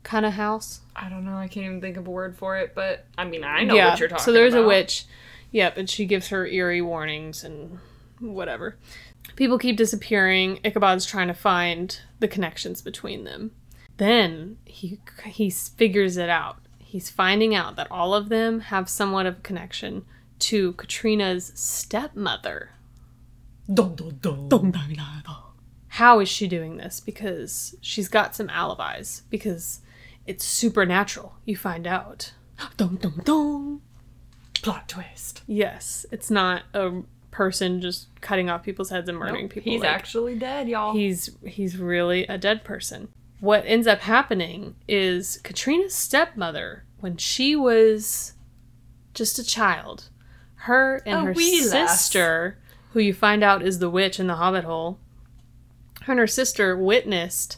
A: kind of house.
B: I don't know. I can't even think of a word for it, but I mean, I know what you're talking about.
A: So there's a witch. Yep, and she gives her eerie warnings and whatever. People keep disappearing. Ichabod's trying to find the connections between them. Then he he figures it out. He's finding out that all of them have somewhat of a connection to Katrina's stepmother.
B: Dun, dun, dun.
A: How is she doing this? Because she's got some alibis. Because it's supernatural. You find out. Dum dum dum.
B: Plot twist.
A: Yes, it's not a person just cutting off people's heads and murdering
B: Nope,
A: people.
B: He's
A: like,
B: actually dead, y'all.
A: he's he's really a dead person. What ends up happening is Katrina's stepmother, when she was just a child, her and
B: A
A: her
B: wee lass.
A: sister, who you find out is the witch in the Hobbit hole, her and her sister witnessed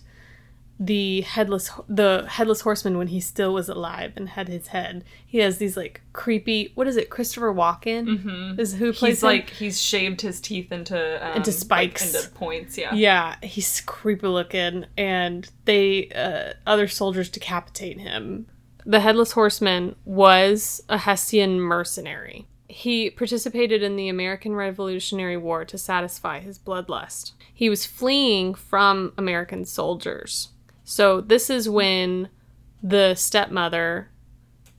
A: the headless the headless horseman when he still was alive and had his head. He has these like creepy. What is it? Christopher Walken is who plays
B: Mm-hmm. he's
A: him?
B: like he's shaved his teeth into um,
A: Into
B: like,
A: spikes.
B: into points. Yeah.
A: Yeah, he's creepy looking, and they uh, other soldiers decapitate him. The headless horseman was a Hessian mercenary. He participated in the American Revolutionary War to satisfy his bloodlust. He was fleeing from American soldiers. So this is when the stepmother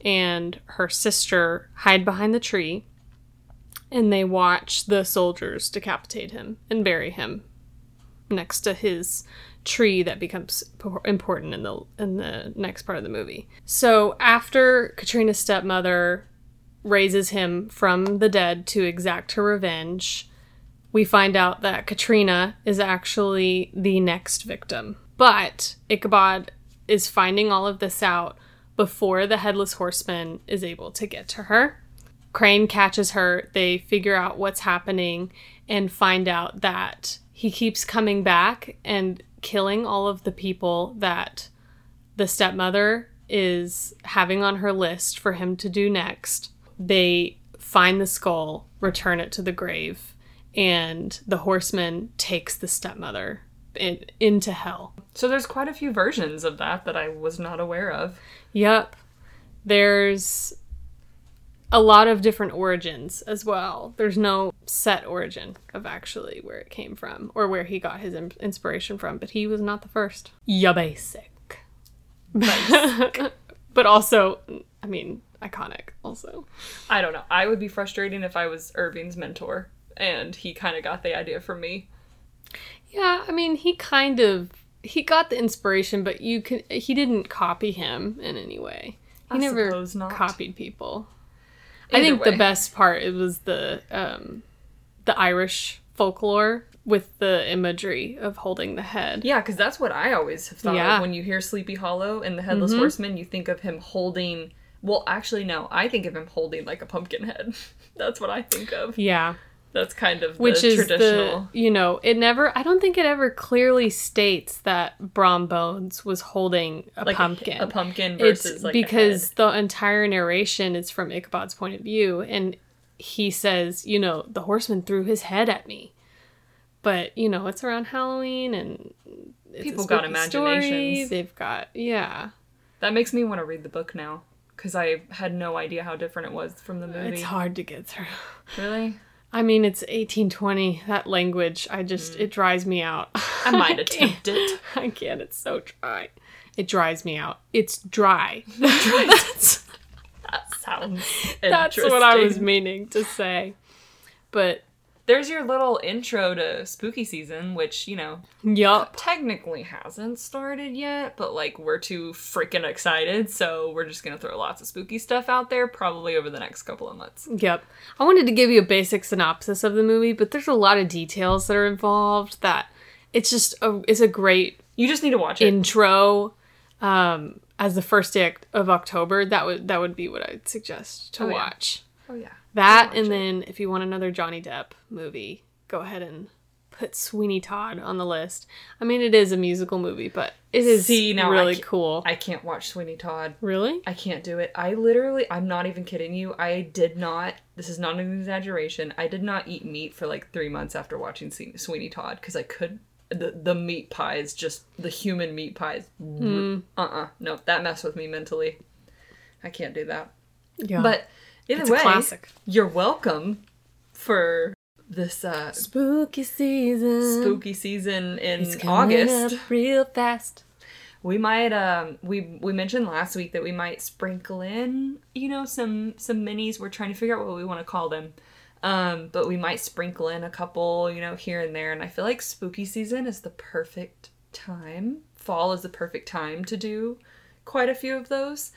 A: and her sister hide behind the tree and they watch the soldiers decapitate him and bury him next to his tree that becomes po- important in the in the next part of the movie. So after Katrina's stepmother raises him from the dead to exact her revenge, we find out that Katrina is actually the next victim. But Ichabod is finding all of this out before the headless horseman is able to get to her. Crane catches her. They figure out what's happening and find out that he keeps coming back and killing all of the people that the stepmother is having on her list for him to do next. They find the skull, return it to the grave, and the horseman takes the stepmother in, into hell.
B: So there's quite a few versions of that that I was not aware of.
A: Yep. There's a lot of different origins as well. There's no set origin of actually where it came from or where he got his in- inspiration from, but he was not the first. Yeah, basic. [LAUGHS] but also, I mean, iconic also.
B: I don't know. I would be frustrating if I was Irving's mentor and he kind of got the idea from me.
A: Yeah, I mean, he kind of he got the inspiration, but you can he didn't copy him in any way. He
B: I
A: never
B: suppose not.
A: copied people. I
B: Either
A: think the
B: way.
A: best part it was the um the Irish folklore with the imagery of holding the head.
B: Yeah, because that's what I always have thought
A: Yeah. Mm-hmm.
B: of when you hear Sleepy Hollow and the Headless Horseman. You think of him holding. Well, actually, no. I think of him holding like a pumpkin head. [LAUGHS] that's what I think of.
A: Yeah.
B: That's kind of the
A: Which is
B: traditional.
A: the you know, it never I don't think it ever clearly states that Brom Bones was holding a
B: like a-
A: pumpkin.
B: a, pumpkin
A: it's
B: versus like a
A: because
B: head.
A: the entire narration is from Ichabod's point of view, and he says, you know, the horseman threw his head at me. But you know, it's around Halloween, and it's a
B: People got
A: spooky story.
B: imaginations.
A: They've got yeah,
B: that makes me want to read the book now because I had no idea how different it was from the movie.
A: it's hard to get through. [LAUGHS]
B: Really,
A: I mean, it's 1820. That language, I just it dries me out.
B: Mm.
A: [LAUGHS]
B: I might attempt it.
A: I
B: [LAUGHS]
A: can't. It's so dry. It dries me out. It's dry. That's-
B: sounds
A: That's what I was
B: interesting.
A: meaning to say. But
B: There's your little intro to spooky season, which, you know,
A: yup.
B: technically hasn't started yet, but like we're too freaking excited, so we're just gonna throw lots of spooky stuff out there probably over the next couple of months.
A: Yep. I wanted to give you a basic synopsis of the movie, but there's a lot of details that are involved that it's just a it's a great
B: You just need to watch it.
A: intro um as the first day oct- of October. That would that would be what I'd suggest to
B: Oh, yeah.
A: watch.
B: oh yeah.
A: That
B: watch
A: and
B: it.
A: then if you want another Johnny Depp movie, go ahead and put Sweeney Todd on the list. I mean it is a musical movie, but it is
B: See, now I
A: really
B: ca-
A: cool.
B: I can't watch Sweeney Todd.
A: really?
B: I can't do it. I literally, I'm not even kidding you. I did not, this is not an exaggeration, I did not eat meat for like three months after watching Se- Sweeney Todd because I could, the, the meat pies, just the human meat pies. Uh uh No, that messed with me mentally. I can't do that.
A: Yeah.
B: But either
A: It's a
B: way,
A: classic.
B: you're welcome for this uh,
A: spooky season.
B: spooky season in
A: It's coming
B: August.
A: up real fast.
B: We might um we we mentioned last week that we might sprinkle in, you know, some some minis. We're trying to figure out what we want to call them. Um, but we might sprinkle in a couple, you know, here and there. And I feel like spooky season is the perfect time. Fall is the perfect time to do quite a few of those.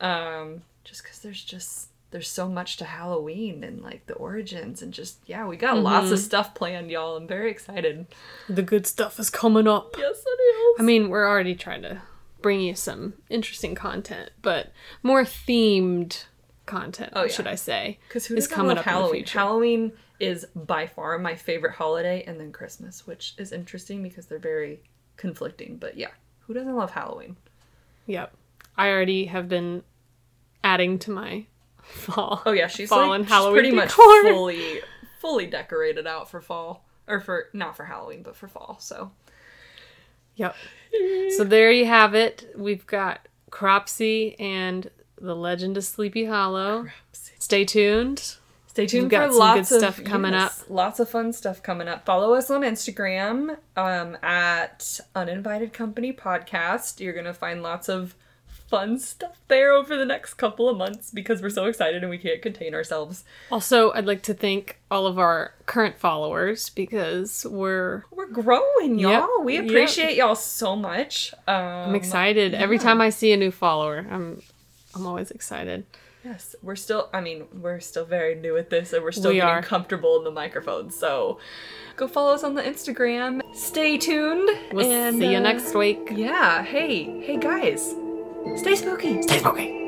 B: Um, just because there's just there's so much to Halloween and like the origins and just yeah, we got lots of stuff planned, y'all. I'm very excited.
A: The good stuff is coming up.
B: Yes, it is.
A: I mean, we're already trying to bring you some interesting content, but more themed content,
B: Oh, yeah.
A: should I say?
B: Because who
A: is
B: doesn't love
A: in the
B: Halloween?
A: future.
B: Halloween is by far my favorite holiday, and then Christmas, which is interesting because they're very conflicting. But yeah, who doesn't love Halloween?
A: Yep. I already have been adding to my [LAUGHS] fall.
B: Oh yeah, she's
A: Fall
B: like
A: and
B: she's
A: Halloween
B: pretty much
A: decor.
B: fully fully decorated out for fall or for not for Halloween but for fall. So
A: [LAUGHS] Yep. so there you have it. We've got Cropsy and The Legend of Sleepy Hollow. Stay tuned.
B: stay tuned
A: got
B: for
A: some
B: lots
A: good
B: of
A: stuff coming
B: yes, Lots of fun stuff coming up. Follow us on Instagram um, at Uninvited Company Podcast. You're gonna find lots of fun stuff there over the next couple of months because we're so excited and we can't contain ourselves.
A: Also, I'd like to thank all of our current followers because we're
B: We're growing, y'all.
A: Yep,
B: We
A: yep.
B: appreciate y'all so much. Um,
A: I'm excited. Every time I see a new follower, I'm I'm always excited.
B: Yes, we're still. I mean, we're still very new at this, and we're still
A: We
B: getting
A: are.
B: comfortable in the microphone. So, go follow us on the Instagram. Stay tuned.
A: We'll
B: and,
A: see you
B: uh,
A: next week.
B: Yeah. Hey. Hey, guys. Stay spooky.
A: Okay.